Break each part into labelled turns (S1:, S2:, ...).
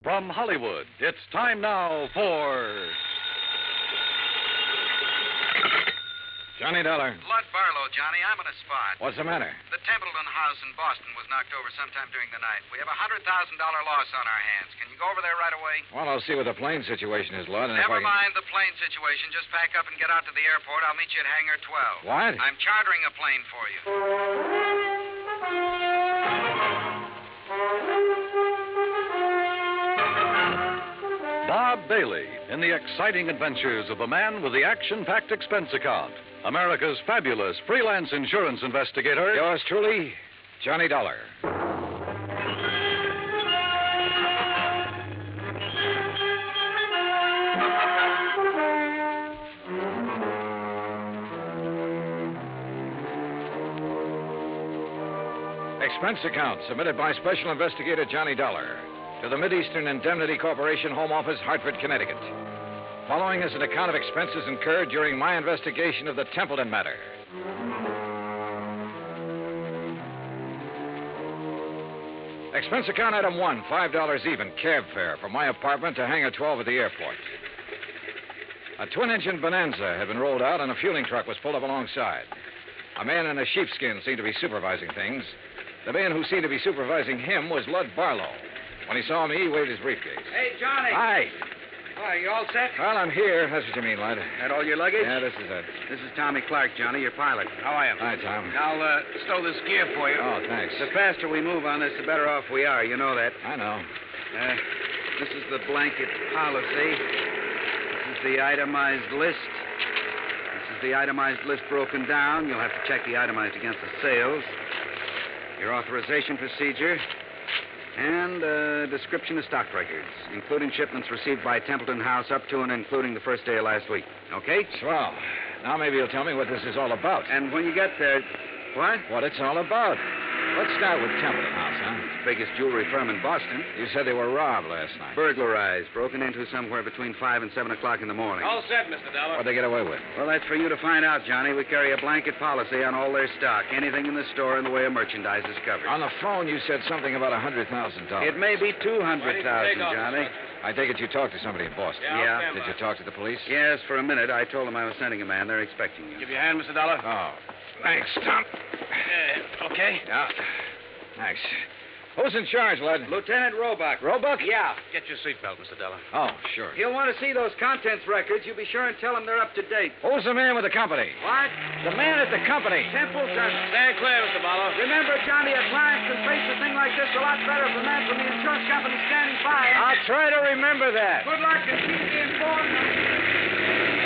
S1: From Hollywood, it's time now for. Johnny Dollar,
S2: Lud Barlow, Johnny. I'm on a spot.
S1: what's the matter?
S2: The Templeton house in Boston was knocked over sometime during the night. We have a $100,000 loss on our hands. Can you go over there right away?
S1: Well, I'll see what the plane situation is, Lud. And if I
S2: Never
S1: can-
S2: mind the plane situation. Just pack up and get out to the airport. I'll meet you at Hangar 12.
S1: What?
S2: I'm chartering a plane for you.
S1: Bob Bailey in the exciting adventures of the man with the action packed expense account. America's fabulous freelance insurance investigator. Yours truly, Johnny Dollar. Expense account submitted by Special Investigator Johnny Dollar to the Mideastern Indemnity Corporation Home Office, Hartford, Connecticut. Following is an account of expenses incurred during my investigation of the Templeton matter. Expense account item one, $5 even, cab fare from my apartment to Hangar 12 at the airport. A twin engine bonanza had been rolled out and a fueling truck was pulled up alongside. A man in a sheepskin seemed to be supervising things. The man who seemed to be supervising him was Lud Barlow. When he saw me, he waved his briefcase.
S2: Hey, Johnny.
S1: Hi.
S2: Hi, you all set?
S1: Well, I'm here. That's what you mean, Lud.
S2: Had all your luggage?
S1: Yeah, this is it.
S2: This is Tommy Clark, Johnny, your pilot. How are you?
S1: Hi, Tom.
S2: I'll uh, stow this gear for you.
S1: Oh, thanks.
S2: The faster we move on this, the better off we are. You know that.
S1: I know.
S2: Uh, this is the blanket policy. This is the itemized list. This is the itemized list broken down. You'll have to check the itemized against the sales. Your authorization procedure. And uh, description of stock records, including shipments received by Templeton House up to and including the first day of last week. Okay?
S1: Swell. Now maybe you'll tell me what this is all about.
S2: And when you get there. What?
S1: What it's all about. Let's start with Templeton House, huh?
S2: Biggest jewelry firm in Boston.
S1: You said they were robbed last night.
S2: Burglarized, broken into somewhere between 5 and 7 o'clock in the morning.
S3: All set, Mr. Dollar.
S1: What'd they get away with?
S2: Well, that's for you to find out, Johnny. We carry a blanket policy on all their stock. Anything in the store in the way of merchandise is covered.
S1: On the phone, you said something about a $100,000.
S2: It may be two hundred thousand, Johnny.
S1: I take it you talked to somebody in Boston.
S3: Yeah, I'll
S2: Yeah.
S3: stand
S1: Did
S3: by.
S1: you talk to the police?
S2: Yes, for a minute I told them I was sending a man. They're expecting you.
S3: Give your hand, Mr. Dollar.
S1: Oh, thanks, Tom.
S3: Uh, okay.
S1: Yeah, thanks. Who's in charge, lad?
S2: Lieutenant Roebuck.
S1: Roebuck?
S2: Yeah.
S3: Get your seatbelt, Mr. Dollar.
S1: Oh, sure.
S2: He'll want to see those contents records. You be sure and tell him they're up to date.
S1: Who's the man with the company?
S2: What?
S1: The man at the company.
S2: Templeton.
S3: Stand clear, Mr. Barlow.
S2: Remember, Johnny, a client can face a thing like this a lot better if the man from the insurance company standing by.
S1: I'll try to remember that.
S2: Good luck and keep me informed.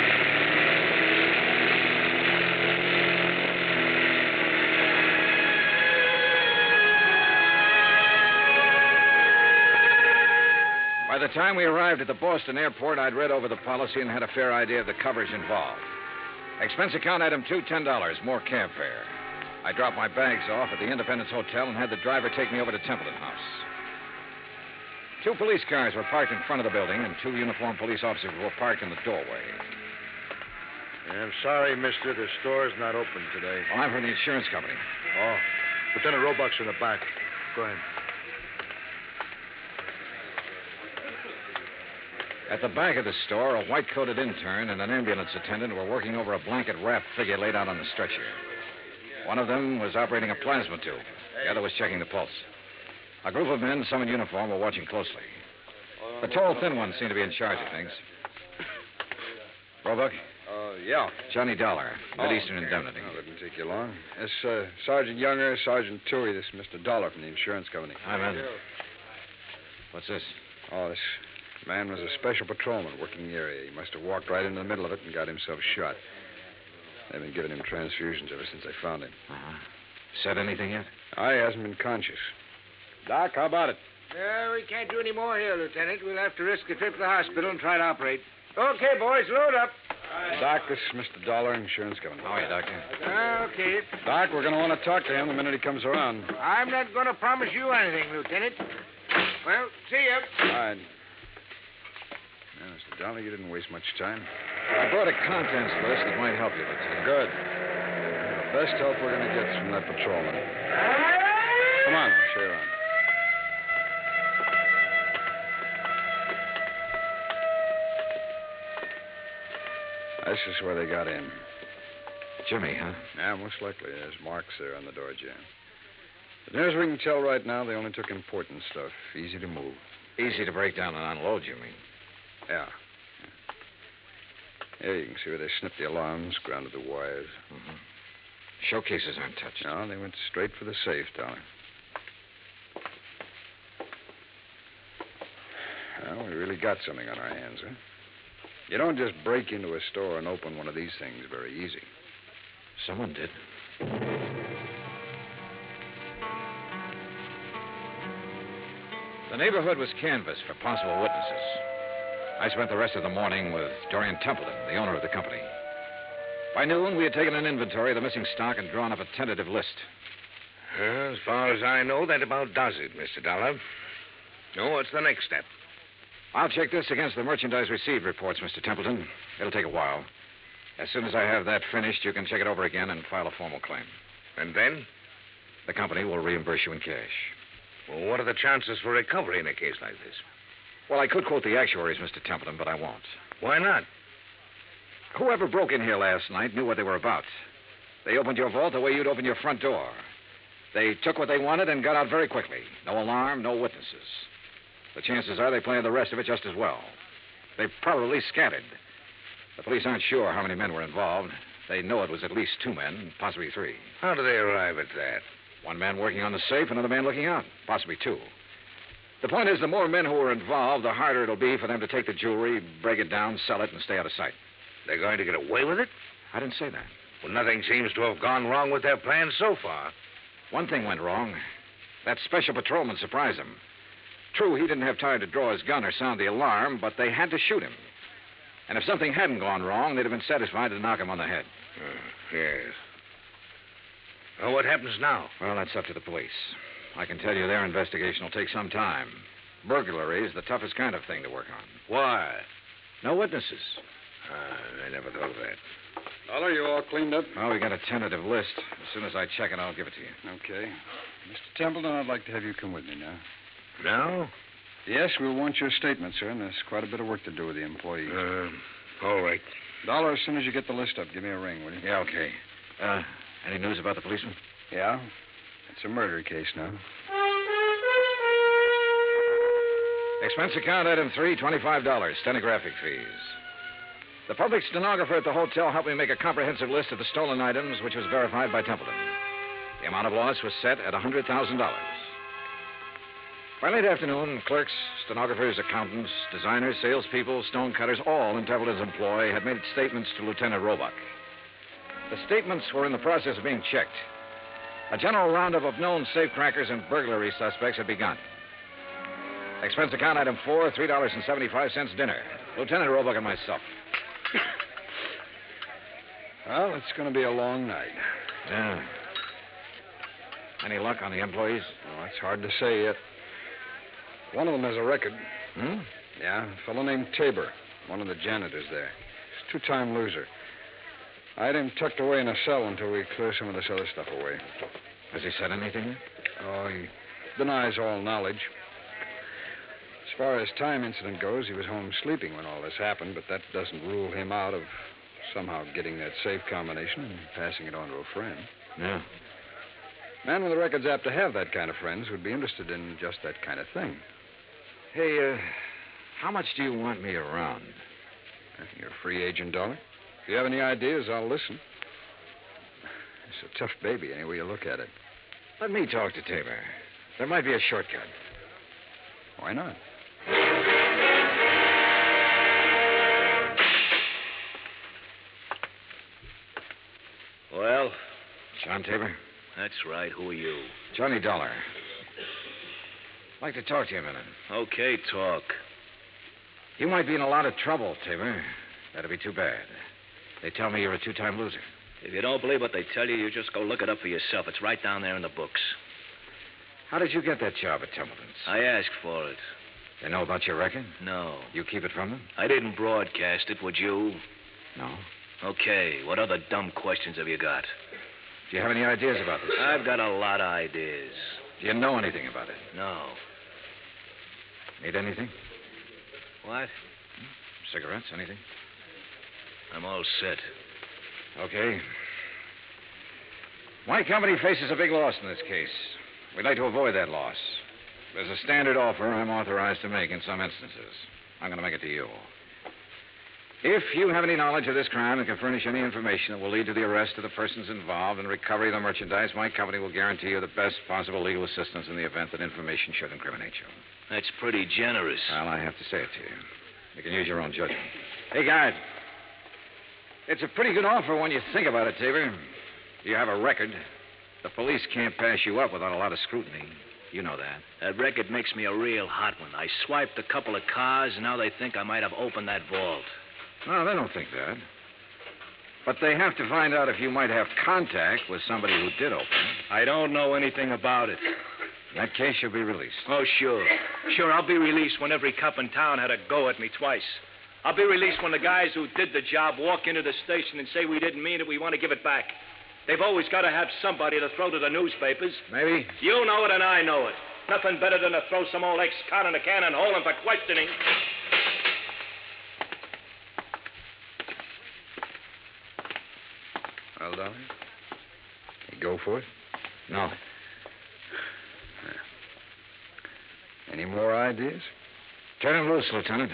S1: By the time we arrived at the Boston airport, I'd read over the policy and had a fair idea of the coverage involved. Expense account item two, ten dollars, more cab fare. I dropped my bags off at the Independence Hotel and had the driver take me over to Templeton House. Two police cars were parked in front of the building, and two uniformed police officers were parked in the doorway.
S4: I'm sorry, mister. The store's not open today.
S1: Well, I'm from the insurance company.
S4: Oh. Lieutenant Roebuck's in the back. Go ahead.
S1: At the back of the store, a white coated intern and an ambulance attendant were working over a blanket wrapped figure laid out on the stretcher. One of them was operating a plasma tube, the other was checking the pulse. A group of men, some in uniform, were watching closely. The tall, thin one seemed to be in charge of things. Roebuck,
S4: Uh, yeah. Oh,
S1: Johnny Dollar, Mid Eastern
S4: okay.
S1: Indemnity.
S4: No, it didn't take you long. It's uh, Sergeant Younger, Sergeant Toohey. This is Mr. Dollar from the insurance company.
S1: Hi, man. What's this?
S4: Oh, this man was a special patrolman working the area. He must have walked right into the middle of it and got himself shot. They've been giving him transfusions ever since I found him.
S1: Uh-huh. Said anything yet?
S4: I hasn't been conscious.
S1: Doc, how about it?
S2: Uh, we can't do any more here, Lieutenant. We'll have to risk a trip to the hospital and try to operate. Okay, boys, load up.
S4: Doc, this is Mr. Dollar, insurance company.
S1: How are you, Doctor?
S2: Uh, Okay.
S4: Doc, we're going to want to talk to him the minute he comes around.
S2: I'm not going to promise you anything, Lieutenant. Well, see ya.
S4: All right. Now, Mr. Dollar, you didn't waste much time.
S1: I brought a contents list that might help you, Lieutenant.
S4: Good. The best help we're going to get is from that patrolman. Come on, show you around.
S2: That's just where they got in.
S1: Jimmy, huh?
S2: Yeah, most likely. There's marks there on the door jam. But near as we can tell right now, they only took important stuff. Easy to move.
S1: Easy to break down and unload, you mean.
S2: Yeah. Yeah, you can see where they snipped the alarms, grounded the wires.
S1: Mm-hmm. Showcases aren't touched.
S2: No, they went straight for the safe, Dollar. Well, we really got something on our hands, huh? You don't just break into a store and open one of these things very easy.
S1: Someone did. The neighborhood was canvassed for possible witnesses. I spent the rest of the morning with Dorian Templeton, the owner of the company. By noon, we had taken an inventory of the missing stock and drawn up a tentative list.
S5: As far as I know, that about does it, Mr. Dollar. So what's the next step?
S1: I'll check this against the merchandise received reports, Mr. Templeton. It'll take a while. As soon as I have that finished, you can check it over again and file a formal claim.
S5: And then?
S1: The company will reimburse you in cash.
S5: Well, what are the chances for recovery in a case like this?
S1: Well, I could quote the actuaries, Mr. Templeton, but I won't.
S5: Why not?
S1: Whoever broke in here last night knew what they were about. They opened your vault the way you'd open your front door. They took what they wanted and got out very quickly. No alarm, no witnesses. The chances are they planned the rest of it just as well. They probably scattered. The police aren't sure how many men were involved. They know it was at least two men, possibly three.
S5: How do they arrive at that?
S1: One man working on the safe, another man looking out, possibly two. The point is, the more men who are involved, the harder it'll be for them to take the jewelry, break it down, sell it, and stay out of sight.
S5: They're going to get away with it?
S1: I didn't say that.
S5: Well, nothing seems to have gone wrong with their plan so far.
S1: One thing went wrong. That special patrolman surprised them. True, he didn't have time to draw his gun or sound the alarm, but they had to shoot him. And if something hadn't gone wrong, they'd have been satisfied to knock him on the head.
S5: Hmm, yes. Well, what happens now?
S1: Well, that's up to the police. I can tell you their investigation will take some time. Burglary is the toughest kind of thing to work on.
S5: Why?
S1: No witnesses.
S5: Ah, I never thought of that.
S2: Dollar, you all cleaned up?
S1: Well, we got a tentative list. As soon as I check it, I'll give it to you.
S2: Okay. Mr. Templeton, I'd like to have you come with me now.
S5: No?
S2: Yes, we'll want your statement, sir, and there's quite a bit of work to do with the employees.
S5: Uh, all right.
S2: Dollar, as soon as you get the list up, give me a ring, will you?
S5: Yeah, okay.
S1: Uh, any news about the policeman?
S2: Yeah? It's a murder case now.
S1: Expense account item three, twenty-five dollars, stenographic fees. The public stenographer at the hotel helped me make a comprehensive list of the stolen items, which was verified by Templeton. The amount of loss was set at hundred thousand dollars. By late afternoon, clerks, stenographers, accountants, designers, salespeople, stonecutters, all in Templeton's employ had made statements to Lieutenant Roebuck. The statements were in the process of being checked. A general roundup of known safecrackers and burglary suspects had begun. Expense account item four, three dollars and seventy-five cents dinner. Lieutenant Roebuck and myself.
S2: Well, it's going to be a long night.
S1: Yeah. Any luck on the employees?
S2: Well, it's hard to say yet. One of them has a record.
S1: Hmm?
S2: Yeah, a fellow named Tabor, one of the janitors there. He's a two-time loser. I had him tucked away in a cell until we clear some of this other stuff away.
S1: Has he said anything?
S2: Oh, he denies all knowledge. As far as time incident goes, he was home sleeping when all this happened, but that doesn't rule him out of somehow getting that safe combination and passing it on to a friend.
S1: No.
S2: Man with a record's apt to have that kind of friends would be interested in just that kind of thing.
S1: Hey, uh, how much do you want me around?
S2: You're a free agent, Dollar. If you have any ideas, I'll listen. It's a tough baby, any way you look at it.
S1: Let me talk to Tabor. There might be a shortcut.
S2: Why not?
S5: Well,
S1: John Tabor?
S5: that's right. Who are you?
S1: Johnny Dollar. I'd like to talk to you a minute.
S5: Okay, talk.
S1: You might be in a lot of trouble, Tabor. That'd be too bad. They tell me you're a two-time loser.
S6: If you don't believe what they tell you, you just go look it up for yourself. It's right down there in the books.
S1: How did you get that job at Templeton's?
S6: I asked for it.
S1: They know about your record?
S6: No.
S1: You keep it from them?
S6: I didn't broadcast it, would you?
S1: No.
S6: Okay, what other dumb questions have you got?
S1: Do you have any ideas about this?
S6: I've got a lot of ideas.
S1: Do you know anything about it?
S6: No.
S1: Need anything? Hmm?
S6: What?
S1: Cigarettes? Anything?
S7: I'm all set.
S1: Okay. My company faces a big loss in this case. We'd like to avoid that loss. There's a standard offer I'm authorized to make in some instances. I'm going to make it to you. If you have any knowledge of this crime and can furnish any information that will lead to the arrest of the persons involved and recovery of the merchandise, my company will guarantee you the best possible legal assistance in the event that information should incriminate you.
S7: That's pretty generous.
S1: Well, I have to say it to you. You can use your own judgment. Hey, guard. It's a pretty good offer when you think about it, Tabor. You have a record. The police can't pass you up without a lot of scrutiny. You know that.
S7: That record makes me a real hot one. I swiped a couple of cars, and now they think I might have opened that vault.
S1: No, they don't think that. But they have to find out if you might have contact with somebody who did open.
S7: I don't know anything about it.
S1: In that case, you'll be released.
S7: Oh, sure. Sure, I'll be released when every cop in town had a go at me twice. I'll be released when the guys who did the job walk into the station and say we didn't mean it, we want to give it back. They've always got to have somebody to throw to the newspapers.
S1: Maybe.
S7: You know it and I know it. Nothing better than to throw some old ex-con in a cannon hole and for questioning.
S4: Well, darling, you go for it?
S1: No.
S4: Any more ideas?
S1: Turn him loose, Lieutenant.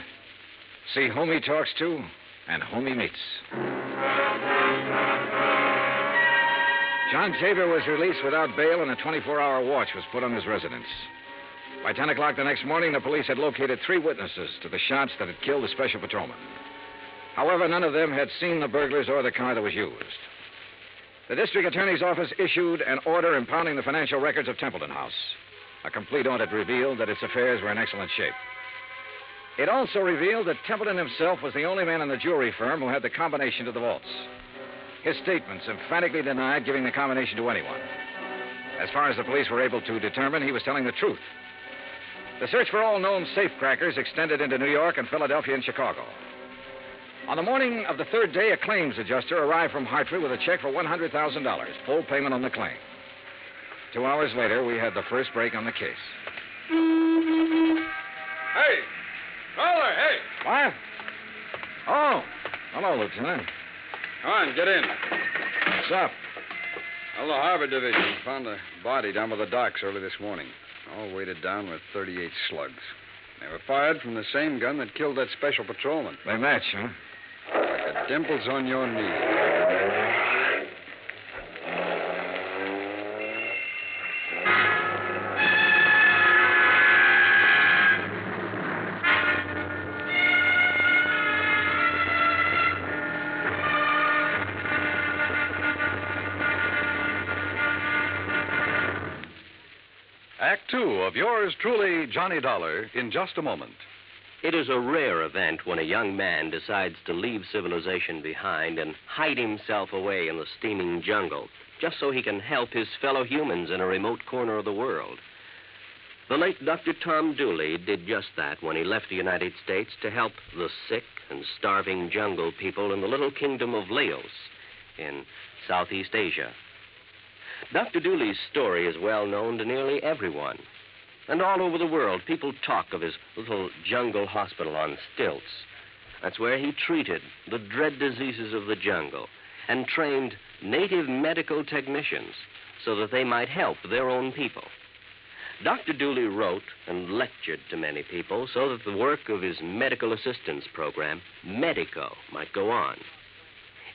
S1: See whom he talks to and whom he meets. John Tabor was released without bail, and a 24 hour watch was put on his residence. By 10 o'clock the next morning, the police had located three witnesses to the shots that had killed the special patrolman. However, none of them had seen the burglars or the car that was used. The district attorney's office issued an order impounding the financial records of Templeton House. A complete audit revealed that its affairs were in excellent shape. It also revealed that Templeton himself was the only man in the jewelry firm who had the combination to the vaults. His statements emphatically denied giving the combination to anyone. As far as the police were able to determine, he was telling the truth. The search for all known safecrackers extended into New York and Philadelphia and Chicago. On the morning of the third day, a claims adjuster arrived from Hartford with a check for $100,000, full payment on the claim. Two hours later, we had the first break on the case.
S5: Hey! Dollar, hey!
S1: What? Oh, hello, Lieutenant.
S4: Come on, get in.
S1: What's up?
S4: Well, the Harbor Division found a body down by the docks early this morning, all weighted down with 38 slugs. They were fired from the same gun that killed that special patrolman.
S1: They match, huh?
S4: Like the dimples on your knee.
S8: Act two of yours truly, Johnny Dollar, in just a moment.
S9: It is a rare event when a young man decides to leave civilization behind and hide himself away in the steaming jungle, just so he can help his fellow humans in a remote corner of the world. The late Dr. Tom Dooley did just that when he left the United States to help the sick and starving jungle people in the little kingdom of Laos in Southeast Asia. Dr. Dooley's story is well known to nearly everyone. And all over the world, people talk of his little jungle hospital on stilts. That's where he treated the dread diseases of the jungle and trained native medical technicians so that they might help their own people. Dr. Dooley wrote and lectured to many people so that the work of his medical assistance program, Medico, might go on.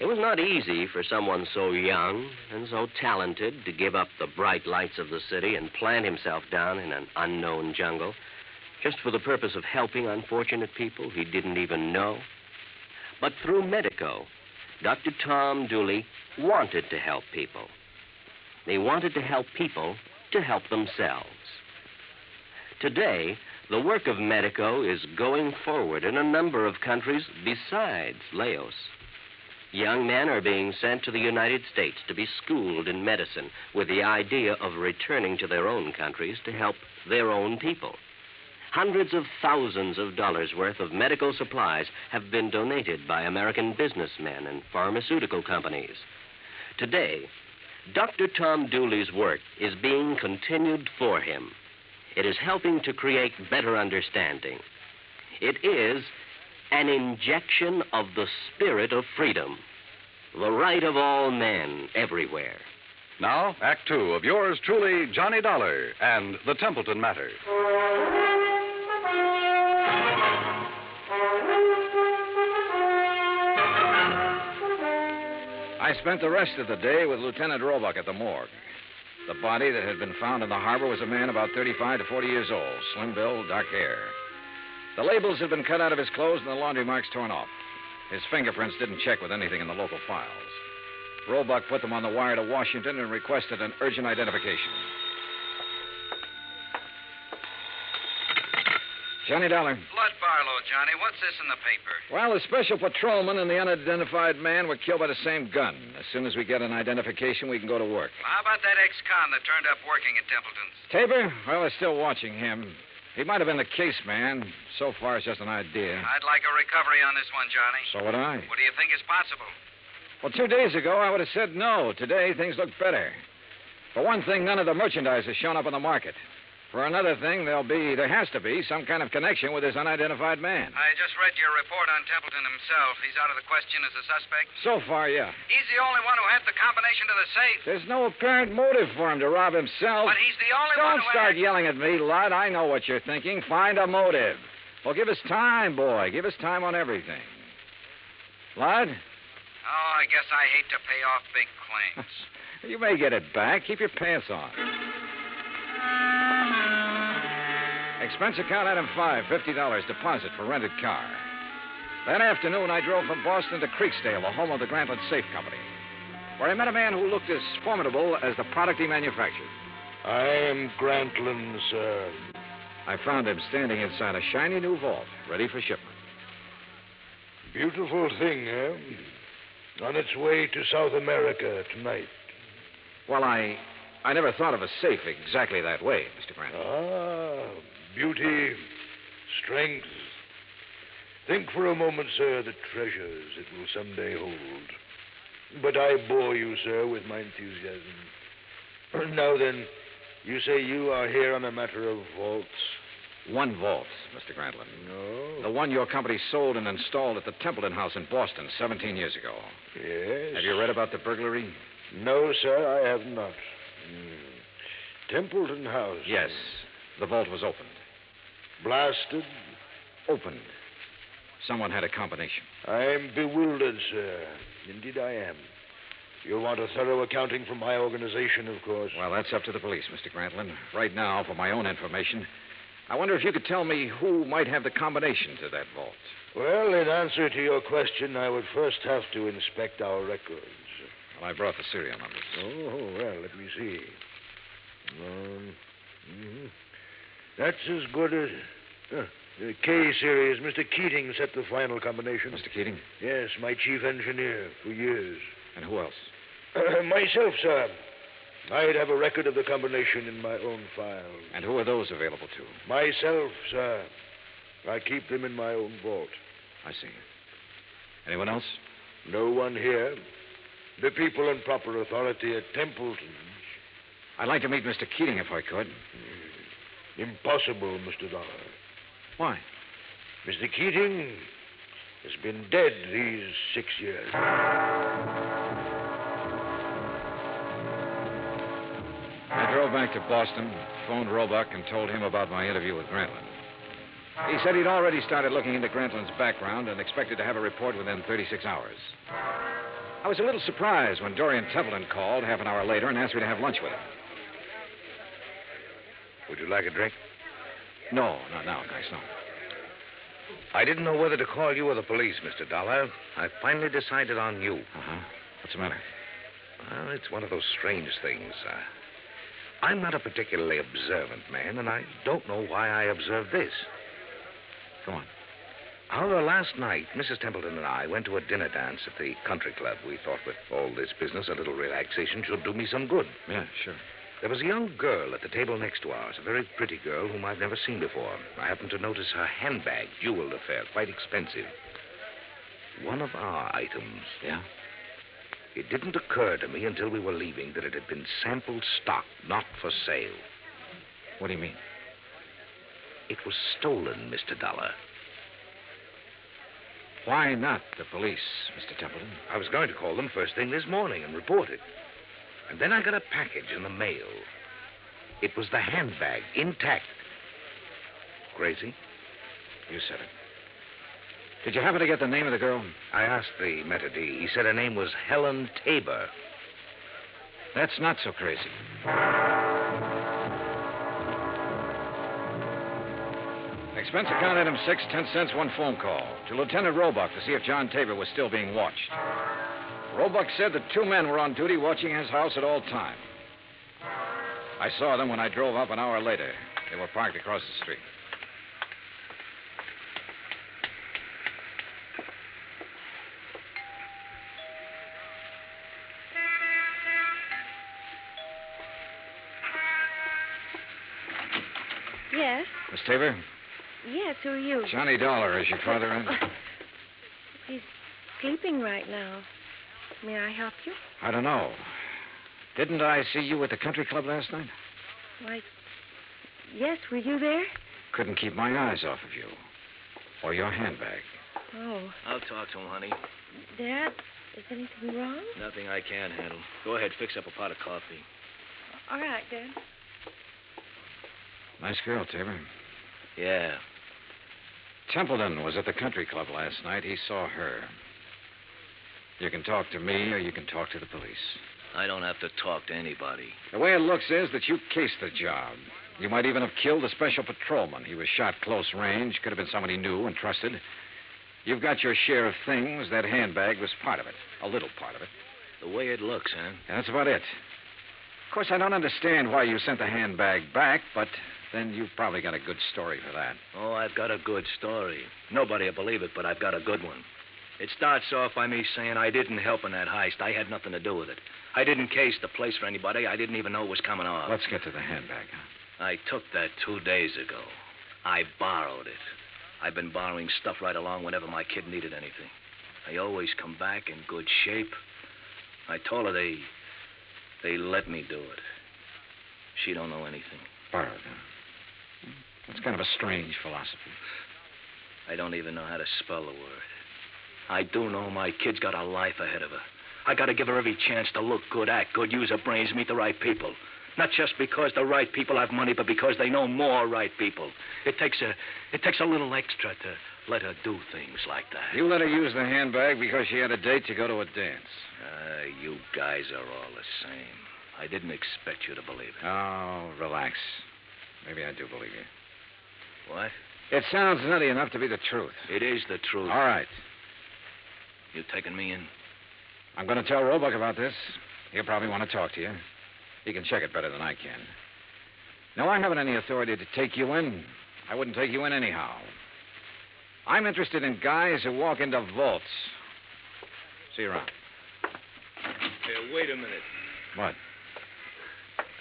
S9: It was not easy for someone so young and so talented to give up the bright lights of the city and plant himself down in an unknown jungle just for the purpose of helping unfortunate people he didn't even know. But through Medico, Dr. Tom Dooley wanted to help people. They wanted to help people to help themselves. Today, the work of Medico is going forward in a number of countries besides Laos. Young men are being sent to the United States to be schooled in medicine with the idea of returning to their own countries to help their own people. Hundreds of thousands of dollars worth of medical supplies have been donated by American businessmen and pharmaceutical companies. Today, Dr. Tom Dooley's work is being continued for him. It is helping to create better understanding. It is an injection of the spirit of freedom, the right of all men everywhere.
S8: Now, Act Two of yours truly, Johnny Dollar and the Templeton Matter.
S1: I spent the rest of the day with Lieutenant Roebuck at the morgue. The body that had been found in the harbor was a man about 35 to 40 years old, slim build, dark hair. The labels had been cut out of his clothes and the laundry marks torn off. His fingerprints didn't check with anything in the local files. Roebuck put them on the wire to Washington and requested an urgent identification. Johnny Dollar.
S2: Blood Barlow, Johnny. What's this in the paper?
S1: Well, the special patrolman and the unidentified man were killed by the same gun. As soon as we get an identification, we can go to work.
S2: How about that ex-con that turned up working at Templeton's?
S1: Tabor? Well, we're still watching him. He might have been the case man. So far, it's just an idea.
S2: I'd like a recovery on this one, Johnny.
S1: So would I.
S2: What do you think is possible?
S1: Well, two days ago, I would have said no. Today, things look better. For one thing, none of the merchandise has shown up on the market. For another thing, there'll be, there has to be, some kind of connection with this unidentified man.
S2: I just read your report on Templeton himself. He's out of the question as a suspect.
S1: So far, yeah.
S2: He's the only one who had the combination to the safe.
S1: There's no apparent motive for him to rob himself.
S2: But he's the only one
S1: Don't
S2: who
S1: start
S2: had...
S1: yelling at me, Lud. I know what you're thinking. Find a motive. Well, give us time, boy. Give us time on everything. Lud,
S2: Oh, I guess I hate to pay off big claims.
S1: you may get it back. Keep your pants on. Expense account item five, fifty dollars deposit for rented car. That afternoon, I drove from Boston to Creeksdale, the home of the Grantland Safe Company, where I met a man who looked as formidable as the product he manufactured.
S5: I am Grantland, sir.
S1: I found him standing inside a shiny new vault, ready for shipment.
S5: Beautiful thing, eh? On its way to South America tonight.
S1: Well, I, I never thought of a safe exactly that way, Mr. Grant.
S5: Ah, beauty, strength. Think for a moment, sir, the treasures it will someday hold. But I bore you, sir, with my enthusiasm. now then, you say you are here on a matter of vaults.
S1: One vault, Mr. Grantland.
S5: No.
S1: The one your company sold and installed at the Templeton House in Boston 17 years ago.
S5: Yes.
S1: Have you read about the burglary?
S5: No, sir, I have not. Hmm. Templeton House.
S1: Yes. The vault was opened.
S5: Blasted.
S1: Opened. Someone had a combination.
S5: I am bewildered, sir. Indeed, I am. You'll want a thorough accounting from my organization, of course.
S1: Well, that's up to the police, Mr. Grantland. Right now, for my own information, I wonder if you could tell me who might have the combination to that vault.
S5: Well, in answer to your question, I would first have to inspect our records.
S1: Well, I brought the serial numbers.
S5: Oh, well, let me see. Um, mhm. That's as good as. Huh, the K series. Mr. Keating set the final combination.
S1: Mr. Keating?
S5: Yes, my chief engineer for years.
S1: And who else?
S5: myself, sir. I'd have a record of the combination in my own files.
S1: And who are those available to?
S5: Myself, sir. I keep them in my own vault.
S1: I see. Anyone else?
S5: No one here. The people and proper authority at Templeton's.
S1: I'd like to meet Mr. Keating if I could.
S5: Impossible, Mr. Dollar.
S1: Why?
S5: Mr. Keating has been dead these six years.
S1: I drove back to Boston, phoned Roebuck, and told him about my interview with Grantland. He said he'd already started looking into Grantland's background and expected to have a report within 36 hours. I was a little surprised when Dorian Templeton called half an hour later and asked me to have lunch with him.
S5: Would you like a drink?
S1: No, not now, thanks, no.
S5: I didn't know whether to call you or the police, Mr. Dollar. I finally decided on you.
S1: Uh-huh. What's the matter?
S5: Well, it's one of those strange things. Uh, I'm not a particularly observant man, and I don't know why I observed this.
S1: Go on.
S5: Our last night, Mrs. Templeton and I went to a dinner dance at the country club. We thought with all this business, a little relaxation should do me some good.
S1: Yeah, sure.
S5: There was a young girl at the table next to ours, a very pretty girl whom I've never seen before. I happened to notice her handbag, jeweled affair, quite expensive. One of our items.
S1: Yeah?
S5: It didn't occur to me until we were leaving that it had been sampled stock, not for sale.
S1: What do you mean?
S5: It was stolen, Mr. Dollar.
S1: Why not the police, Mr. Templeton?
S5: I was going to call them first thing this morning and report it. And then I got a package in the mail. It was the handbag, intact. Crazy?
S1: You said it. Did you happen to get the name of the girl?
S5: I asked the maitre d'. He said her name was Helen Tabor.
S1: That's not so crazy. Expense account item six, ten cents, one phone call to Lieutenant Roebuck to see if John Tabor was still being watched. Roebuck said that two men were on duty watching his house at all time. I saw them when I drove up an hour later. They were parked across the street.
S10: Yes?
S1: Miss Tabor,
S10: Yes, who are you?
S1: Johnny Dollar is your father in?
S10: He's sleeping right now. May I help you?
S1: I don't know. Didn't I see you at the country club last night?
S10: Why, yes, were you there?
S1: Couldn't keep my eyes off of you. Or your handbag.
S10: Oh,
S9: I'll talk to him, honey.
S10: Dad, is anything wrong?
S9: Nothing I can't handle. Go ahead, fix up a pot of coffee.
S10: All right, Dad.
S1: Nice girl, Tabor.
S9: Yeah.
S1: Templeton was at the country club last night. He saw her. You can talk to me or you can talk to the police.
S9: I don't have to talk to anybody.
S1: The way it looks is that you cased the job. You might even have killed the special patrolman. He was shot close range, could have been somebody new and trusted. You've got your share of things. That handbag was part of it, a little part of it.
S9: The way it looks, huh?
S1: And that's about it. Of course, I don't understand why you sent the handbag back, but then you've probably got a good story for that.
S9: Oh, I've got a good story. Nobody will believe it, but I've got a good one. It starts off by me saying I didn't help in that heist. I had nothing to do with it. I didn't case the place for anybody. I didn't even know it was coming off.
S1: Let's get to the handbag. Huh?
S9: I took that two days ago. I borrowed it. I've been borrowing stuff right along whenever my kid needed anything. I always come back in good shape. I told her they they let me do it. She don't know anything.
S1: Borrowed, huh? That's kind of a strange philosophy.
S9: I don't even know how to spell the word. I do know my kid's got a life ahead of her. I gotta give her every chance to look good, act good, use her brains, meet the right people. Not just because the right people have money, but because they know more right people. It takes a it takes a little extra to let her do things like that.
S1: You let her use the handbag because she had a date to go to a dance.
S9: Ah, you guys are all the same. I didn't expect you to believe it.
S1: Oh, relax. Maybe I do believe you.
S9: What?
S1: It sounds nutty enough to be the truth.
S9: It is the
S1: All
S9: truth.
S1: right.
S9: You taking me in?
S1: I'm going to tell Roebuck about this. He'll probably want to talk to you. He can check it better than I can. No, I haven't any authority to take you in. I wouldn't take you in anyhow. I'm interested in guys who walk into vaults. See you around.
S9: Hey, wait a minute.
S1: What?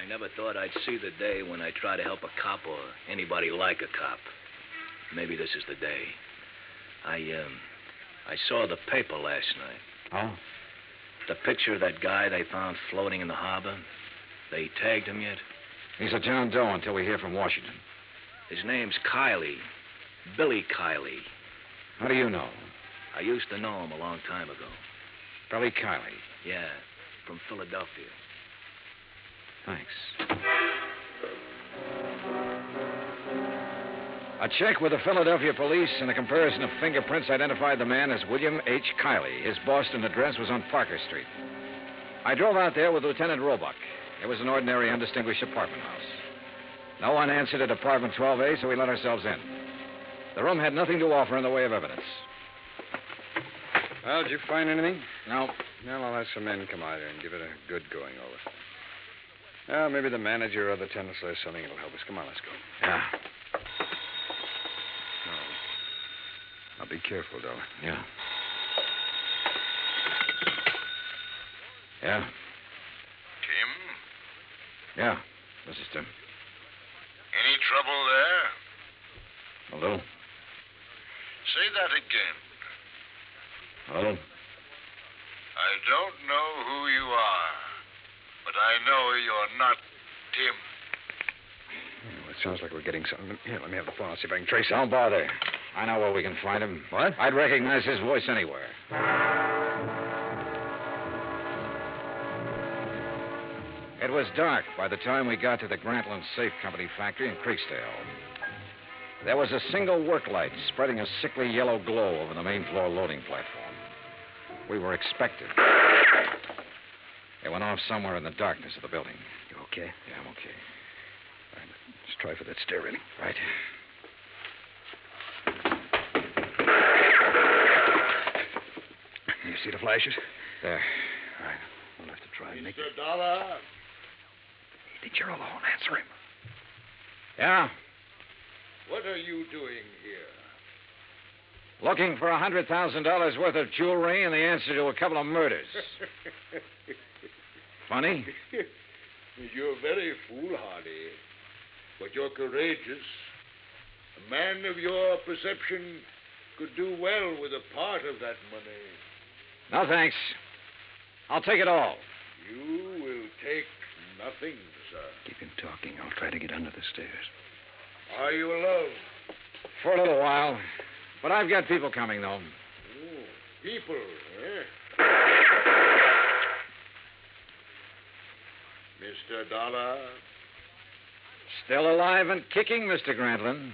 S9: I never thought I'd see the day when I try to help a cop or anybody like a cop. Maybe this is the day. I um I saw the paper last night.
S1: Oh?
S9: The picture of that guy they found floating in the harbor. They tagged him yet?
S1: He's a John Doe until we hear from Washington.
S9: His name's Kiley. Billy Kiley.
S1: How do you know?
S9: I used to know him a long time ago.
S1: Billy Kiley.
S9: Yeah, from Philadelphia.
S1: Thanks. A check with the Philadelphia police and a comparison of fingerprints identified the man as William H. Kiley. His Boston address was on Parker Street. I drove out there with Lieutenant Roebuck. It was an ordinary, undistinguished apartment house. No one answered at apartment 12A, so we let ourselves in. The room had nothing to offer in the way of evidence.
S11: Well, did you find anything?
S1: No,
S11: Well, I'll have some men come out here and give it a good going over. Well, maybe the manager or the tenants left something that'll help us. Come on, let's go.
S1: Yeah.
S11: Now, be careful, Dollar.
S1: Yeah. Yeah.
S5: Tim,
S1: Yeah. This is Tim.
S5: any trouble there?
S1: A little.
S5: Say that again.
S1: A little.
S5: I don't know who you are, but I know you're not Tim.
S11: it sounds like we're getting something. Here, let me have the phone. I'll see if I can trace it.
S1: Don't bother. I know where we can find him.
S8: What?
S1: I'd recognize his voice anywhere. It was dark by the time we got to the Grantland Safe Company factory in Creeksdale. There was a single work light spreading a sickly yellow glow over the main floor loading platform. We were expected. It went off somewhere in the darkness of the building.
S2: You okay?
S1: Yeah, I'm okay.
S2: Let's try for that stair railing.
S1: Right.
S2: You see the flashes?
S1: There.
S2: All right. We'll have to try and make it.
S5: Dollar.
S2: You think you're alone? Answer him.
S1: Yeah?
S5: What are you doing here?
S1: Looking for a $100,000 worth of jewelry and the answer to a couple of murders. Funny?
S5: You're very foolhardy, but you're courageous. A man of your perception could do well with a part of that money.
S1: No thanks. I'll take it all.
S5: You will take nothing, sir.
S2: Keep him talking. I'll try to get under the stairs.
S5: Are you alone?
S1: For a little while. But I've got people coming, though.
S5: Oh, people, eh? Mr. Dollar,
S1: Still alive and kicking, Mr. Grantland.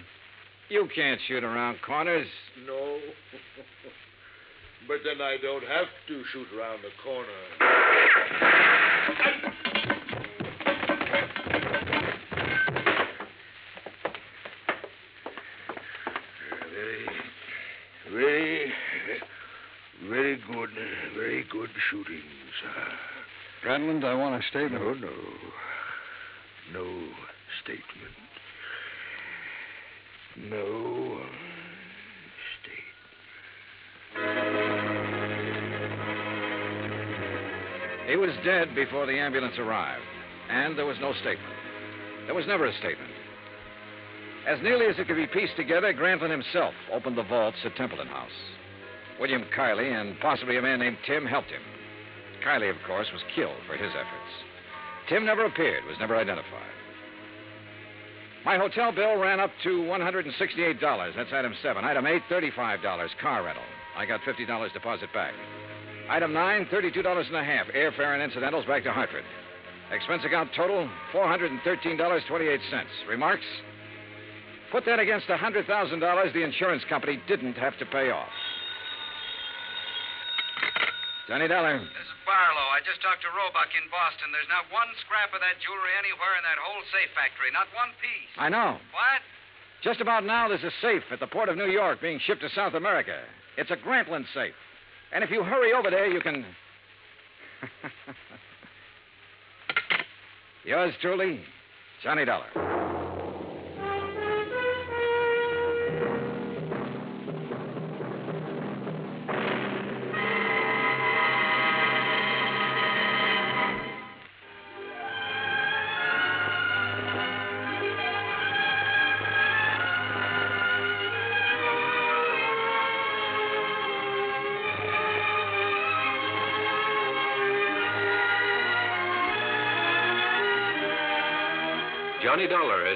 S1: You can't shoot around corners.
S5: no. but then I don't have to shoot around the corner. Very, very, very good, very good shooting, sir.
S4: Grantland, I want a statement.
S5: No, no. No statement. No um, statement.
S1: He was dead before the ambulance arrived, and there was no statement. There was never a statement. As nearly as it could be pieced together, Grantlin himself opened the vaults at Templeton House. William Kiley and possibly a man named Tim helped him. Kiley, of course, was killed for his efforts. Tim never appeared, was never identified. My hotel bill ran up to $168. That's item 7. Item 8, $35, car rental. I got $50 deposit back. Item nine, thirty-two dollars and a half, airfare and incidentals back to Hartford. Expense account total, four hundred and thirteen dollars twenty-eight cents. Remarks? Put that against a hundred thousand dollars the insurance company didn't have to pay off. Johnny Dollar.
S12: This is Barlow. I just talked to Roebuck in Boston. There's not one scrap of that jewelry anywhere in that whole safe factory. Not one piece.
S1: I know.
S12: What?
S1: Just about now, there's a safe at the port of New York being shipped to South America. It's a Grantland safe. And if you hurry over there, you can. Yours truly, Johnny Dollar.
S13: Johnny Dollar has